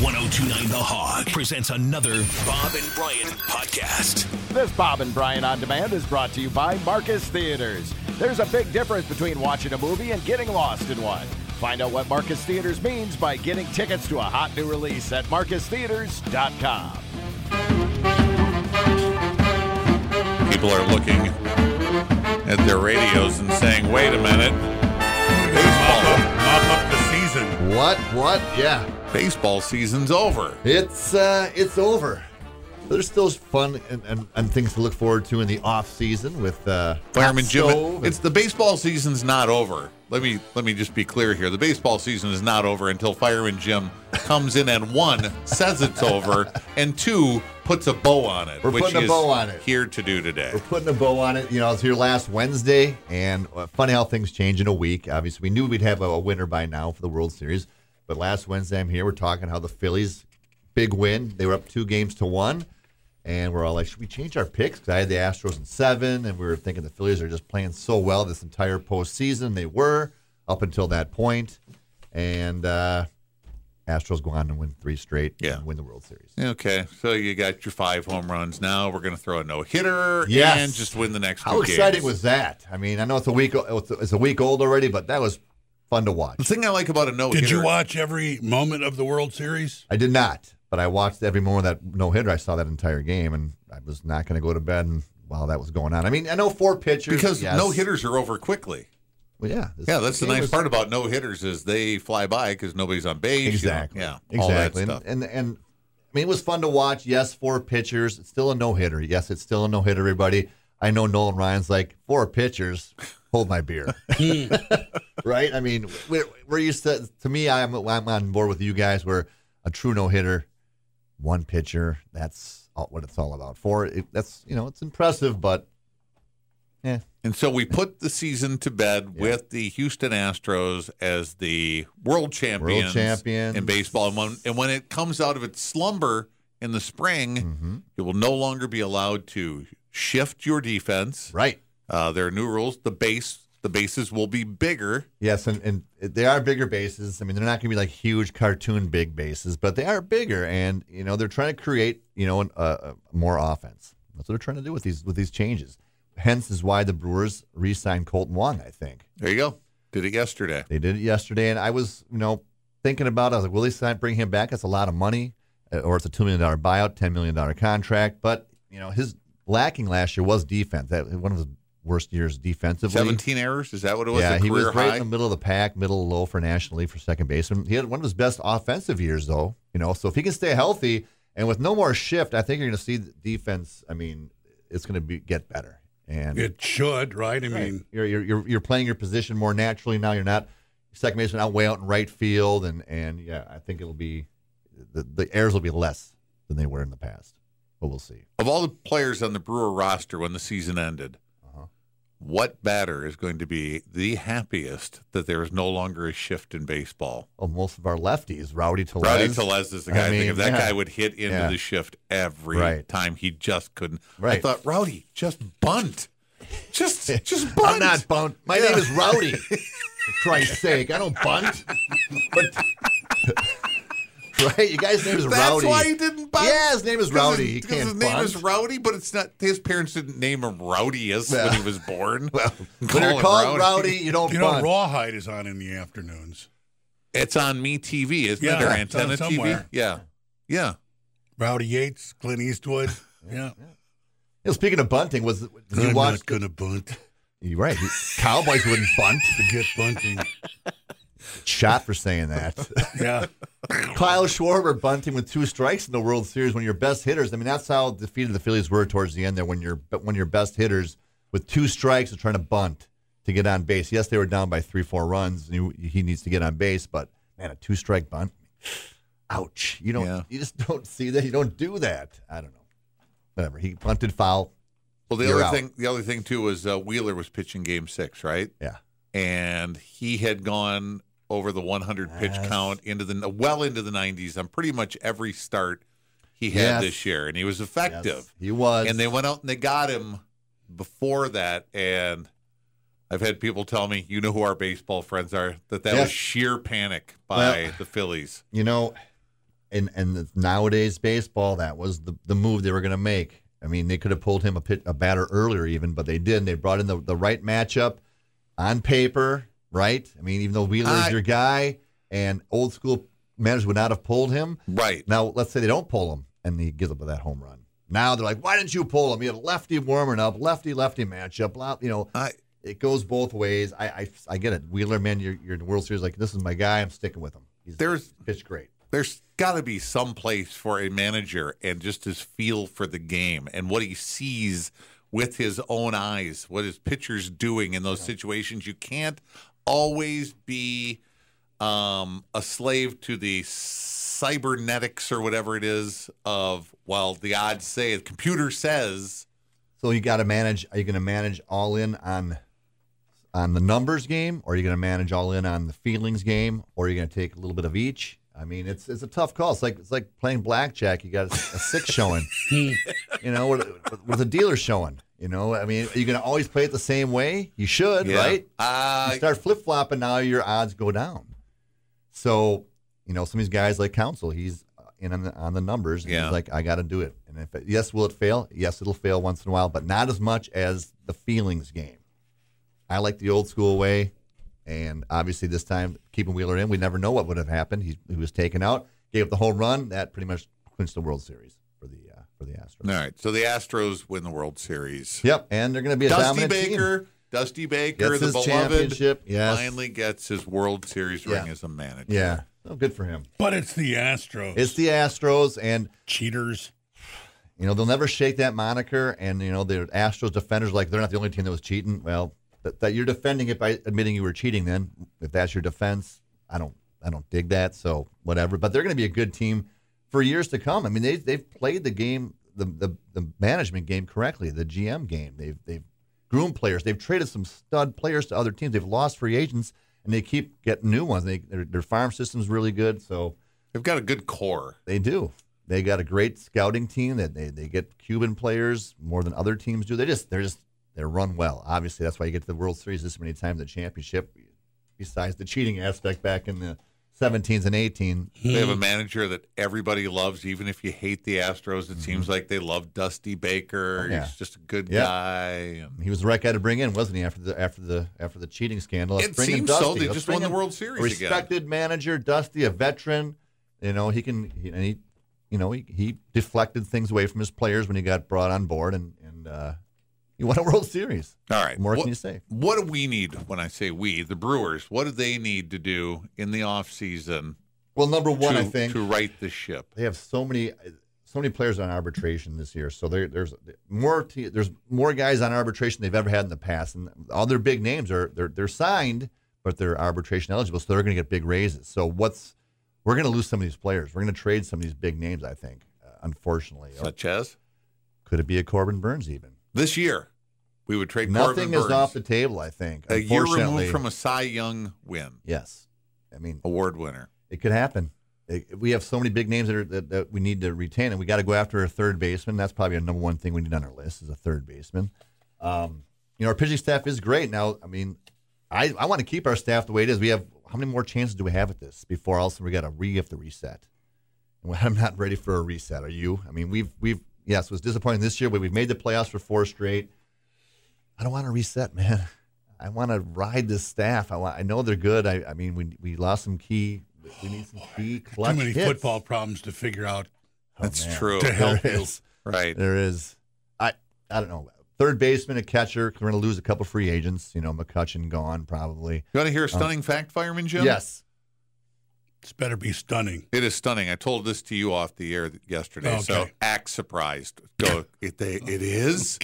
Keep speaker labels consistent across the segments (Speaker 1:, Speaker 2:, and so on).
Speaker 1: 1029 The Hog presents another Bob and Brian podcast.
Speaker 2: This Bob and Brian on Demand is brought to you by Marcus Theaters. There's a big difference between watching a movie and getting lost in one. Find out what Marcus Theaters means by getting tickets to a hot new release at marcustheaters.com.
Speaker 3: People are looking at their radios and saying, wait a minute,
Speaker 4: Mop up, mop up the season.
Speaker 5: What? What? Yeah.
Speaker 3: baseball season's over.
Speaker 5: It's uh it's over. There's still fun and, and, and things to look forward to in the off season with uh
Speaker 3: Fireman
Speaker 5: hot
Speaker 3: Jim,
Speaker 5: stove and-
Speaker 3: it's the baseball season's not over. Let me let me just be clear here. The baseball season is not over until Fireman Jim comes in and one says it's over and two puts a bow on it,
Speaker 5: We're
Speaker 3: which
Speaker 5: putting a
Speaker 3: is
Speaker 5: bow on it.
Speaker 3: here to do today.
Speaker 5: we're putting a bow on it. You know, I was here last Wednesday, and uh, funny how things change in a week. Obviously, we knew we'd have a, a winner by now for the World Series, but last Wednesday I'm here. We're talking how the Phillies big win. They were up two games to one, and we're all like, should we change our picks? 'Cause I had the Astros in seven, and we were thinking the Phillies are just playing so well this entire postseason. They were up until that point, and uh, Astros go on and win three straight.
Speaker 3: Yeah.
Speaker 5: and win the World Series.
Speaker 3: Okay, so you got your five home runs. Now we're going to throw a no hitter
Speaker 5: Yes.
Speaker 3: and just win the next.
Speaker 5: How
Speaker 3: two
Speaker 5: exciting
Speaker 3: games.
Speaker 5: was that? I mean, I know it's a week it's it's a week old already, but that was fun to
Speaker 3: The
Speaker 5: watch.
Speaker 3: thing I like about a no hitter.
Speaker 4: Did you watch every moment of the World Series?
Speaker 5: I did not, but I watched every moment of that no hitter. I saw that entire game, and I was not going to go to bed and, while that was going on. I mean, I know four pitchers
Speaker 3: Because
Speaker 5: yes.
Speaker 3: no hitters are over quickly.
Speaker 5: Well, yeah, this
Speaker 3: Yeah, that's the
Speaker 5: game
Speaker 3: nice
Speaker 5: was-
Speaker 3: part about no hitters is they fly by because nobody's on base. you know,
Speaker 5: Exactly.
Speaker 3: yeah, all that
Speaker 5: exactly.
Speaker 3: stuff.
Speaker 5: And, and and I mean, it was fun to watch. Yes, four pitchers. It's still a no hitter. Yes, it's still a no hitter. Everybody. I know Nolan Ryan's like four pitchers. Hold my beer. right? I mean, we're, we're used to. To me, I'm I'm on board with you guys. Where a true no hitter, one pitcher. That's all, what it's all about. Four. It, that's you know, it's impressive, but yeah,
Speaker 3: And so we put the season to bed with the Houston Astros as the world champions,
Speaker 5: champions.
Speaker 3: in baseball. And when, and when it comes out of its slumber in the spring,
Speaker 5: Mm-hmm.
Speaker 3: you will no longer be allowed to shift your defense.
Speaker 5: right.
Speaker 3: Uh, there are new rules. The base, the bases will be bigger.
Speaker 5: Yes, and, and they are bigger bases. I mean, they're not going to be like huge cartoon big bases, but they are bigger, and you know they're trying to create you know an, uh, more offense. That's what they're trying to do with these with these changes. Hence is why the Brewers re-signed Colton Wong. I think
Speaker 3: There you go. Did it yesterday.
Speaker 5: they did it yesterday, and I was you know thinking about it. I was like, will they sign bring him back? That's a lot of money, uh, or it's a two million dollar buyout, ten million dollar contract. But you know his lacking last year was defense. That one of his worst years defensively.
Speaker 3: 17 errors. Is that what it was?
Speaker 5: Yeah,
Speaker 3: a
Speaker 5: he was
Speaker 3: career
Speaker 5: right
Speaker 3: high?
Speaker 5: in the middle of the pack, middle low for National League for second baseman. He had one of his best offensive years, though. You know, so if he can stay healthy and with no more shift, I think you're going to see the defense. I mean, it's going to be get better. And
Speaker 4: It should, right? I
Speaker 5: Right.
Speaker 4: mean,
Speaker 5: you're, you're you're you're playing your position more naturally now. You're not second baseman out way out in right field, and and yeah, I think it'll be the the errors will be less than they were in the past, but we'll see.
Speaker 3: Of all the players on the Brewer roster when the season ended,
Speaker 5: Uh-huh.
Speaker 3: what batter is going to be the happiest that there is no longer a shift in baseball?
Speaker 5: Well, Oh, most of our lefties, Rowdy Tellez,
Speaker 3: Rowdy Telez is the guy. I,
Speaker 5: I
Speaker 3: think
Speaker 5: mean,
Speaker 3: if that
Speaker 5: yeah.
Speaker 3: guy would hit into
Speaker 5: Yeah.
Speaker 3: the shift every
Speaker 5: Right.
Speaker 3: time, he just couldn't. I
Speaker 5: Right.
Speaker 3: thought Rowdy just bunt, just just bunt.
Speaker 5: I'm not bunt. My name is Rowdy. For Christ's sake, I don't bunt. But right, your guy's name is
Speaker 3: That's
Speaker 5: Rowdy.
Speaker 3: why he didn't bunt.
Speaker 5: Yeah, his name is
Speaker 3: 'Cause
Speaker 5: Rowdy.
Speaker 3: his-
Speaker 5: He
Speaker 3: 'cause
Speaker 5: can't
Speaker 3: his name
Speaker 5: bunt.
Speaker 3: is Rowdy, but it's not. His parents didn't name him Rowdyus
Speaker 5: Yeah.
Speaker 3: when he was born.
Speaker 5: Well,
Speaker 3: Call
Speaker 5: when
Speaker 3: him
Speaker 5: you're called
Speaker 3: Rowdy.
Speaker 5: Rowdy, you don't
Speaker 4: you know,
Speaker 5: bunt.
Speaker 4: Rawhide is on in the afternoons.
Speaker 3: It's on Me TV, isn't
Speaker 4: Yeah,
Speaker 3: it? Or
Speaker 4: it's on
Speaker 3: antenna TV?
Speaker 4: somewhere.
Speaker 3: Yeah, yeah.
Speaker 4: Rowdy Yates, Clint Eastwood. Yeah.
Speaker 5: You know, speaking of bunting, was did
Speaker 4: I'm
Speaker 5: you watch?
Speaker 4: not going to bunt.
Speaker 5: You're right. He- Cowboys wouldn't bunt.
Speaker 4: Forget bunting.
Speaker 5: Shot for saying that.
Speaker 4: Yeah.
Speaker 5: Kyle Schwarber bunting with two strikes in the World Series. When your best hitters, I mean, that's how defeated the Phillies were towards the end there. When your when your best hitters with two strikes are trying to bunt to get on base. Yes, they were down by three, four runs. And you, he needs to get on base, but man, a two strike bunt. Ouch! You don't.
Speaker 3: Yeah.
Speaker 5: You just don't see that. You don't do that. I don't know. Whatever. He bunted foul.
Speaker 3: Well, the
Speaker 5: You're
Speaker 3: other
Speaker 5: out.
Speaker 3: thing, the other thing too was uh, Wheeler was pitching Game Six, right?
Speaker 5: Yeah.
Speaker 3: And he had gone over the 100 pitch
Speaker 5: Yes.
Speaker 3: count into the well into the 90s on pretty much every start he had
Speaker 5: Yes.
Speaker 3: this year, and he was
Speaker 5: Yes,
Speaker 3: effective.
Speaker 5: he was.
Speaker 3: And they went out and they got him before that, and I've had people tell me, you know who our baseball friends are, that that
Speaker 5: Yeah.
Speaker 3: was sheer panic by
Speaker 5: Well-
Speaker 3: the Phillies.
Speaker 5: you know, and and nowadays baseball that was the, the move they were going to make. I mean, they could have pulled him a pit, a batter earlier even, but they didn't. They brought in the, the right matchup on paper, right? I mean, even though Wheeler
Speaker 3: I-
Speaker 5: is your guy and old school managers would not have pulled him.
Speaker 3: Right.
Speaker 5: Now, let's say they don't pull him and he gives up that home run. Now they're like, why didn't you pull him? You had lefty warming up, lefty lefty matchup. blah," You know,
Speaker 3: I,
Speaker 5: it goes both ways. I I, I get it. Wheeler, man, you're, you're in the World Series. Like this is my guy. I'm sticking with him. He's
Speaker 3: there's
Speaker 5: pitched great.
Speaker 3: there's got to be some place for a manager and just his feel for the game and what he sees with his own eyes, what his pitcher's doing in those situations. You can't always be um, a slave to the cybernetics or whatever it is of, well, the odds say, the computer says,
Speaker 5: So you got to manage. Are you going to manage all in on on the numbers game, or are you going to manage all in on the feelings game, or are you going to take a little bit of each? I mean, it's it's a tough call. It's like it's like playing blackjack. You got a, a six showing. you know, with, with a dealer showing. You know, I mean, are you going to always play it the same way? You should,
Speaker 3: yeah,
Speaker 5: right?
Speaker 3: Uh,
Speaker 5: you start flip flopping now, your odds go down. So, you know, some of these guys like Council, he's uh, in on the, on the numbers. And
Speaker 3: Yeah.
Speaker 5: He's like, I got to do it. And if it, yes, will it fail? Yes, it'll fail once in a while, but not as much as the feelings game. I like the old school way, and obviously this time keeping Wheeler in, we never know what would have happened. He, he was taken out, gave up the home run. That pretty much clinched the World Series for the uh, for the Astros.
Speaker 3: all right. So the Astros win the World Series.
Speaker 5: Yep, and they're going to be a
Speaker 3: Dusty
Speaker 5: dominant team.
Speaker 3: Baker, Dusty Baker,
Speaker 5: Gets
Speaker 3: the
Speaker 5: his
Speaker 3: beloved,
Speaker 5: championship. Yes.
Speaker 3: finally gets his World Series ring
Speaker 5: Yeah.
Speaker 3: as a manager.
Speaker 5: Yeah, oh, good for him.
Speaker 4: But it's the Astros.
Speaker 5: It's the Astros, and
Speaker 4: cheaters.
Speaker 5: You know, they'll never shake that moniker. And, you know, the Astros defenders, like, they're not the only team that was cheating. Well, that, that you're defending it by admitting you were cheating then. If that's your defense, I don't I don't dig that. So whatever. But they're going to be a good team for years to come. I mean, they, they've played the game, the, the, the management game correctly, the GM game. They've, they've groomed players. They've traded some stud players to other teams. They've lost free agents, and they keep getting new ones. They, their, their farm system's really good. So
Speaker 3: They've got a good core.
Speaker 5: they do. They got a great scouting team that they, they get Cuban players more than other teams do. They just they're just they're run well. Obviously, that's why you get to the World Series this many times, the championship. Besides the cheating aspect back in the 17s and 18,
Speaker 3: They have a manager that everybody loves, even if you hate the Astros. It seems like they love Dusty Baker.
Speaker 5: Mm-hmm. Oh, yeah.
Speaker 3: He's just a good
Speaker 5: Yeah.
Speaker 3: guy. And
Speaker 5: he was the right guy to bring in, wasn't he? After the after the after the cheating scandal, Let's
Speaker 3: it
Speaker 5: bring in
Speaker 3: seems
Speaker 5: Dusty.
Speaker 3: so. They
Speaker 5: Let's
Speaker 3: just
Speaker 5: bring
Speaker 3: won the
Speaker 5: in
Speaker 3: World Series
Speaker 5: a respected manager, Dusty, a veteran. You know he can he, and he, you know he, he deflected things away from his players when he got brought on board, and and uh, he won a World Series.
Speaker 3: again. All right.
Speaker 5: More
Speaker 3: what,
Speaker 5: can you say?
Speaker 3: what do we need when I say we, the Brewers? What do they need to do in the offseason
Speaker 5: Well, number one,
Speaker 3: to,
Speaker 5: I think
Speaker 3: to right the ship?
Speaker 5: they have so many so many players on arbitration this year. So there, there's more te- there's more guys on arbitration they've ever had in the past, and all their big names are they're they're signed, but they're arbitration eligible, so they're going to get big raises. So what's we're going to lose some of these players. We're going to trade some of these big names. I think, uh, unfortunately, Or
Speaker 3: Such as
Speaker 5: could it be a Corbin Burns even?
Speaker 3: this year, we would trade
Speaker 5: Nothing
Speaker 3: Corbin
Speaker 5: is
Speaker 3: Burns.
Speaker 5: off the table. I think.
Speaker 3: a year removed
Speaker 5: Unfortunately.
Speaker 3: from a Cy Young win,
Speaker 5: yes, I mean
Speaker 3: award winner.
Speaker 5: It could happen. It- we have so many big names that, are, that, that we need to retain, and we got to go after a third baseman. That's probably our number one thing we need on our list is a third baseman. Um, you know, our pitching staff is great. Now, I mean, I, I want to keep our staff the way it is. We have how many more chances do we have at this before also we got to re have to reset? And I'm not ready for a reset. Are you? I mean, we've we've yes, it was disappointing this year, but we've made the playoffs for four straight. I don't want to reset, man. I want to ride this staff. I want, I know they're good. I, I mean, we we lost some key. We need some key
Speaker 4: Too
Speaker 5: clutch
Speaker 4: many
Speaker 5: hits. Oh,
Speaker 4: football problems to figure out
Speaker 3: That's
Speaker 5: man.
Speaker 3: true.
Speaker 4: to help
Speaker 5: There
Speaker 4: you.
Speaker 5: is.
Speaker 3: Right.
Speaker 5: There is. I I don't know. Third baseman, a catcher. We're going to lose a couple free agents. You know, McCutcheon gone probably.
Speaker 3: You want to hear a stunning fact, Fireman Jim?
Speaker 5: Yes.
Speaker 4: It's better be stunning.
Speaker 3: It is stunning. I told this to you off the air yesterday, so
Speaker 4: Okay.
Speaker 3: act surprised. Go. It, they, it is?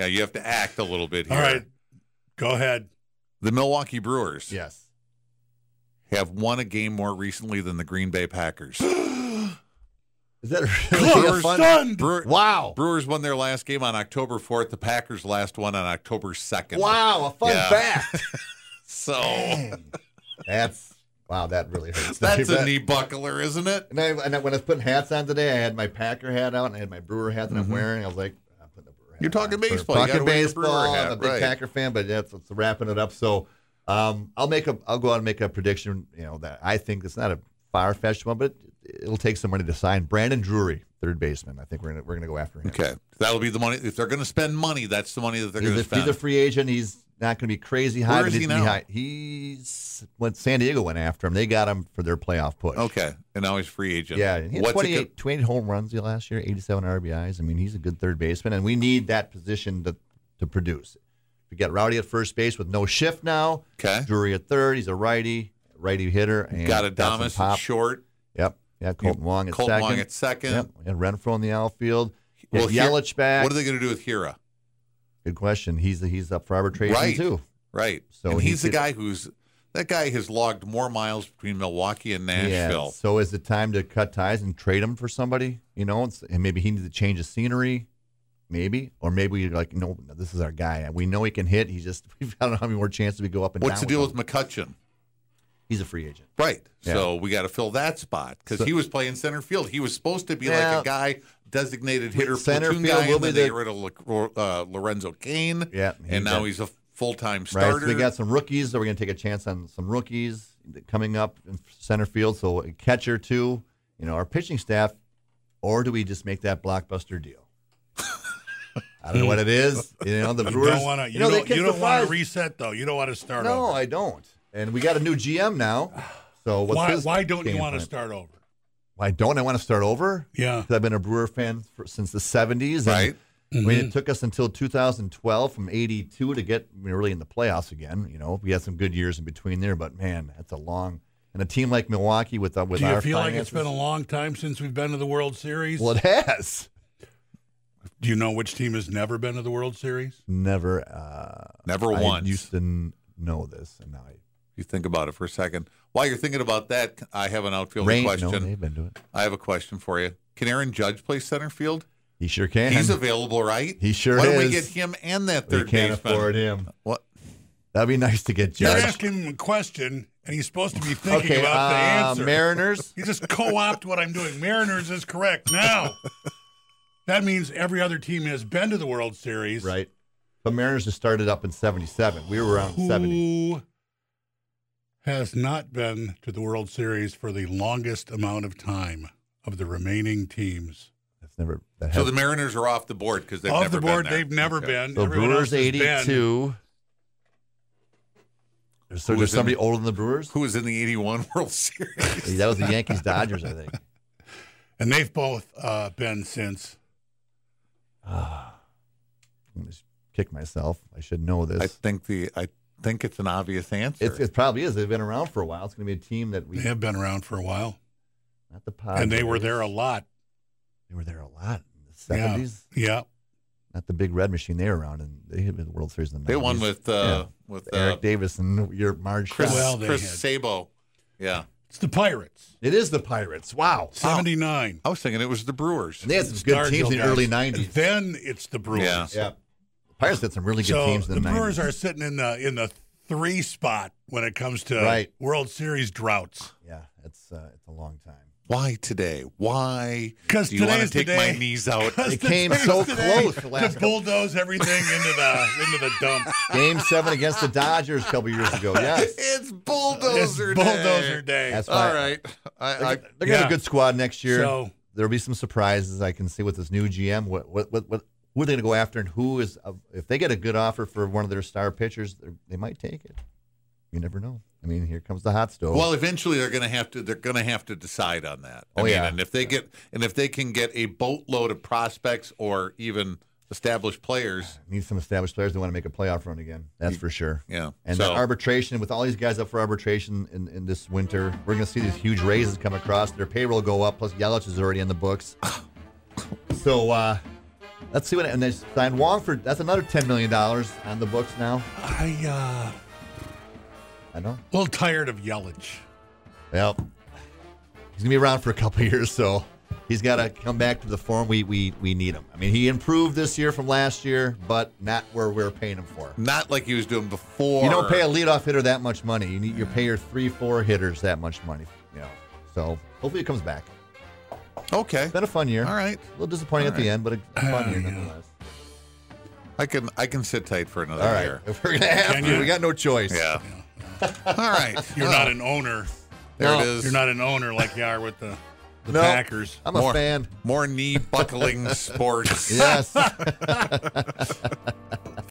Speaker 3: Yeah, you have to act a little bit here.
Speaker 4: All right, go ahead.
Speaker 3: The Milwaukee Brewers
Speaker 5: Yes.
Speaker 3: have won a game more recently than the Green Bay Packers.
Speaker 5: Is that really
Speaker 4: You're
Speaker 5: a fun?
Speaker 4: stunned.
Speaker 3: Brewer-
Speaker 5: Wow.
Speaker 3: Brewers won their last game on October 4th. The Packers' last one on October 2nd.
Speaker 5: Wow. A fun
Speaker 3: Yeah.
Speaker 5: fact.
Speaker 3: So
Speaker 5: That's wow. That really hurts.
Speaker 3: that's a
Speaker 5: That-
Speaker 3: knee buckler, isn't it?
Speaker 5: And, I, and I, when I was putting hats on today, I had my Packer hat out and I had my Brewer hat that I'm wearing. I was like, "Ah, I'm putting the Brewer hat
Speaker 3: Mm-hmm. You're talking
Speaker 5: on.
Speaker 3: baseball. You gotta
Speaker 5: Talking
Speaker 3: wear the Brewer
Speaker 5: baseball.
Speaker 3: hat,
Speaker 5: I'm a big
Speaker 3: right.
Speaker 5: Packer fan, but that's it's wrapping it up. So um, I'll make a, I'll go out and make a prediction. You know that I think it's not a far fetched one, but it, it'll take some money to sign Brandon Drury, third baseman. I think we're gonna we're gonna go after him.
Speaker 3: Okay, that'll be the money. If they're going to spend money, that's the money that they're
Speaker 5: He's
Speaker 3: going
Speaker 5: a,
Speaker 3: to spend.
Speaker 5: he's a free agent. He's not going to be crazy high.
Speaker 3: Where
Speaker 5: but
Speaker 3: is
Speaker 5: he's
Speaker 3: he
Speaker 5: gonna be
Speaker 3: now?
Speaker 5: high. He's when San Diego went after him, they got him for their playoff push.
Speaker 3: okay, and now he's free agent.
Speaker 5: Yeah, and he had
Speaker 3: What's it
Speaker 5: 28,
Speaker 3: go-
Speaker 5: 28 home runs last year, 87 RBIs. I mean, he's a good third baseman, and we need that position to, to produce. We got Rowdy at first base with no shift now.
Speaker 3: Okay.
Speaker 5: Drury at third. He's a righty, righty hitter. And
Speaker 3: got
Speaker 5: some
Speaker 3: Adamas
Speaker 5: pop.
Speaker 3: at short.
Speaker 5: Yep. Yeah, Colton Wong at
Speaker 3: Colton
Speaker 5: second.
Speaker 3: Wong at second.
Speaker 5: Yep. And Renfro in the outfield. We have
Speaker 3: here-
Speaker 5: Yelich back.
Speaker 3: What are they going to do with Hira?
Speaker 5: Good question. He's he's up for arbitration
Speaker 3: Right.
Speaker 5: too.
Speaker 3: Right.
Speaker 5: So
Speaker 3: and
Speaker 5: he
Speaker 3: he's the
Speaker 5: could-
Speaker 3: guy who's that guy has logged more miles between Milwaukee and
Speaker 5: Yeah.
Speaker 3: Nashville.
Speaker 5: So is it time to cut ties and trade him for somebody? You know, it's, and maybe he needs to change his scenery, maybe, or maybe you're like, no, this is our guy. We know he can hit. He just we've got how many more chances we go up and
Speaker 3: What's the
Speaker 5: down
Speaker 3: deal with
Speaker 5: him.
Speaker 3: McCutcheon?
Speaker 5: He's a free agent.
Speaker 3: Right.
Speaker 5: Yeah.
Speaker 3: So we got to fill that spot because
Speaker 5: So-
Speaker 3: he was playing center field. He was supposed to be like
Speaker 5: Yeah.
Speaker 3: a guy designated hitter,
Speaker 5: Center
Speaker 3: platoon
Speaker 5: field
Speaker 3: guy,
Speaker 5: will
Speaker 3: and then
Speaker 5: be
Speaker 3: they
Speaker 5: the-
Speaker 3: got rid of Lo- uh, Lorenzo Kane.
Speaker 5: Yeah,
Speaker 3: and
Speaker 5: he
Speaker 3: now
Speaker 5: got-
Speaker 3: he's a full time
Speaker 5: Right.
Speaker 3: starter.
Speaker 5: So we got some rookies. So we're going to take a chance on some rookies coming up in center field. So a catcher too. You know, our pitching staff, or do we just make that blockbuster deal? I don't know what it is. You know, the
Speaker 4: You
Speaker 5: Brewers.
Speaker 4: don't want to. You,
Speaker 5: know, they
Speaker 4: don't. You
Speaker 5: kicked
Speaker 4: don't
Speaker 5: the
Speaker 4: want to
Speaker 5: Flyers-
Speaker 4: reset though. You don't want to start
Speaker 5: No,
Speaker 4: over.
Speaker 5: I don't. And we got a new GM now. So what's
Speaker 4: why?
Speaker 5: his
Speaker 4: Why don't you
Speaker 5: game
Speaker 4: want to
Speaker 5: plan?
Speaker 4: start over?
Speaker 5: Why don't I want to start over?
Speaker 4: Yeah.
Speaker 5: 'Cause I've been a Brewer fan for, since the '70s. and,
Speaker 3: Right.
Speaker 5: I mean,
Speaker 4: Mm-hmm.
Speaker 5: it took us until 2012 from '82 to get we were really in the playoffs again. You know, we had some good years in between there, but man, that's a long. And a team like Milwaukee with uh, with
Speaker 4: Do you
Speaker 5: our
Speaker 4: feel like it's
Speaker 5: finances,
Speaker 4: been a long time since we've been to the World Series?
Speaker 5: well, it has
Speaker 4: Do you know which team has never been to the World Series?
Speaker 5: never. Uh,
Speaker 3: Never
Speaker 5: I
Speaker 3: once.
Speaker 5: used to n- know this, and now I
Speaker 3: You think about it for a second. While you're thinking about that, I have an outfield
Speaker 5: Rain-
Speaker 3: question.
Speaker 5: No, they've been doing. it.
Speaker 3: I have a question for you. Can Aaron Judge play center field?
Speaker 5: He sure can.
Speaker 3: He's available, right?
Speaker 5: He sure
Speaker 3: Why don't we
Speaker 5: is.
Speaker 3: get him and that
Speaker 5: we
Speaker 3: third
Speaker 5: can't
Speaker 3: baseman?
Speaker 5: afford him.
Speaker 3: What?
Speaker 5: That'd be nice to get
Speaker 4: You're
Speaker 5: Judge.
Speaker 4: asking him a question, and he's supposed to be thinking
Speaker 5: okay,
Speaker 4: about the
Speaker 5: uh,
Speaker 4: answer.
Speaker 5: Mariners.
Speaker 4: you just co-opt what I'm doing. Mariners is correct now. that means every other team has been to the World Series.
Speaker 5: right. But Mariners has started up in 77. We were around 70.
Speaker 4: Who has not been to the World Series for the longest amount of time of the remaining teams?
Speaker 5: That's never that
Speaker 3: So
Speaker 5: has,
Speaker 3: the Mariners are off the board because they've
Speaker 4: Off
Speaker 3: never
Speaker 4: the board,
Speaker 3: been there.
Speaker 4: they've never
Speaker 3: Okay.
Speaker 4: been.
Speaker 5: so
Speaker 4: Everyone
Speaker 5: Brewers
Speaker 4: else has been.
Speaker 5: 82. There's, so
Speaker 3: Who
Speaker 5: there's
Speaker 3: was in
Speaker 5: somebody
Speaker 3: the-
Speaker 5: older than the Brewers.
Speaker 3: Who was in the 81 World Series?
Speaker 5: That was the Yankees Dodgers, I think.
Speaker 4: And they've both uh, been since.
Speaker 5: Ah. I'm gonna kick myself. I should know this.
Speaker 3: I think the I think it's an obvious answer.
Speaker 5: It's- it probably is. They've been around for a while. It's going to be a team that we
Speaker 4: They have been around for a while.
Speaker 5: not the Padres.
Speaker 4: And they were there a lot.
Speaker 5: They were there a lot in the
Speaker 4: Yeah.
Speaker 5: 70s.
Speaker 4: Yeah.
Speaker 5: Not the big red machine they were around, and they had been the World Series in the
Speaker 3: they
Speaker 5: 90s.
Speaker 3: won with uh, with uh,
Speaker 5: Eric Davis and your Marge.
Speaker 3: Chris
Speaker 5: Schott.
Speaker 4: Well, they
Speaker 3: Chris
Speaker 4: had-
Speaker 3: Sabo. Yeah,
Speaker 4: It's the Pirates.
Speaker 5: it is the Pirates. Wow.
Speaker 4: 79.
Speaker 3: I was thinking it was the Brewers.
Speaker 5: And they had some good teams in
Speaker 4: Stargill
Speaker 5: the
Speaker 4: guys.
Speaker 5: early
Speaker 4: And
Speaker 5: 90s.
Speaker 4: Then it's the Brewers.
Speaker 3: Yeah.
Speaker 5: Yeah. Pirates had some really good
Speaker 4: So
Speaker 5: teams
Speaker 4: the,
Speaker 5: in the, 90s.
Speaker 4: Brewers are sitting in the in the three spot when it comes to
Speaker 5: Right.
Speaker 4: World Series droughts.
Speaker 5: Yeah, it's uh, it's a long time.
Speaker 3: Why today? Why?
Speaker 4: 'Cause
Speaker 3: do you want
Speaker 4: today's
Speaker 3: to
Speaker 4: the
Speaker 3: take my
Speaker 4: day.
Speaker 3: knees out?
Speaker 5: It came so
Speaker 4: Today,
Speaker 5: close the last
Speaker 4: to
Speaker 5: couple,
Speaker 4: bulldoze everything into the into the dump.
Speaker 5: game seven against the Dodgers a couple years ago. Yes,
Speaker 3: it's
Speaker 4: It's
Speaker 3: bulldozer.
Speaker 4: bulldozer
Speaker 3: day.
Speaker 4: day.
Speaker 5: That's
Speaker 3: All
Speaker 5: fine.
Speaker 3: right. I,
Speaker 5: they're
Speaker 3: I,
Speaker 5: gonna have
Speaker 4: yeah.
Speaker 5: a good squad next year.
Speaker 4: So-
Speaker 5: There'll be some surprises. I can see with this new GM, what what what what who are they gonna go after, and who is uh, if they get a good offer for one of their star pitchers, they're- they might take it. You never know. I mean, here comes the hot stove.
Speaker 3: Well, eventually they're going to have to. They're going to have to decide on that. I
Speaker 5: Oh,
Speaker 3: mean,
Speaker 5: yeah.
Speaker 3: And if they get and if they can get a boatload of prospects or even established players,
Speaker 5: need some established players that want to make a playoff run again. That's for sure.
Speaker 3: yeah.
Speaker 5: And
Speaker 3: So-
Speaker 5: that arbitration, with all these guys up for arbitration in, in this winter, we're going to see these huge raises come across. Their payroll go up. Plus, Yelich is already in the books. so uh, let's see what. And they signed Wong for that's another ten million dollars on the books now.
Speaker 4: I uh,
Speaker 5: I know.
Speaker 4: a little tired of Yelich.
Speaker 5: Well, he's gonna be around for a couple years, so he's got to come back to the form we we we need him. I mean, he improved this year from last year, but not where we're paying him for.
Speaker 3: Not like he was doing before.
Speaker 5: You don't pay a leadoff hitter that much money. You need you pay your three, four hitters that much money. You know, so hopefully it comes back.
Speaker 3: Okay.
Speaker 5: It's been a fun year.
Speaker 3: All right.
Speaker 5: a little disappointing at the end, but a a fun year nonetheless.
Speaker 3: I can I can sit tight for another
Speaker 5: All right,
Speaker 3: year.
Speaker 5: if we're gonna have
Speaker 4: Can
Speaker 5: to,
Speaker 4: you?
Speaker 5: we got no choice.
Speaker 3: Yeah. All right.
Speaker 4: You're not an owner.
Speaker 3: There
Speaker 5: No,
Speaker 3: it is.
Speaker 4: You're not an owner like you are with the the
Speaker 5: No,
Speaker 4: Packers.
Speaker 5: I'm a
Speaker 3: more,
Speaker 5: fan.
Speaker 3: More knee buckling sports.
Speaker 5: Yes.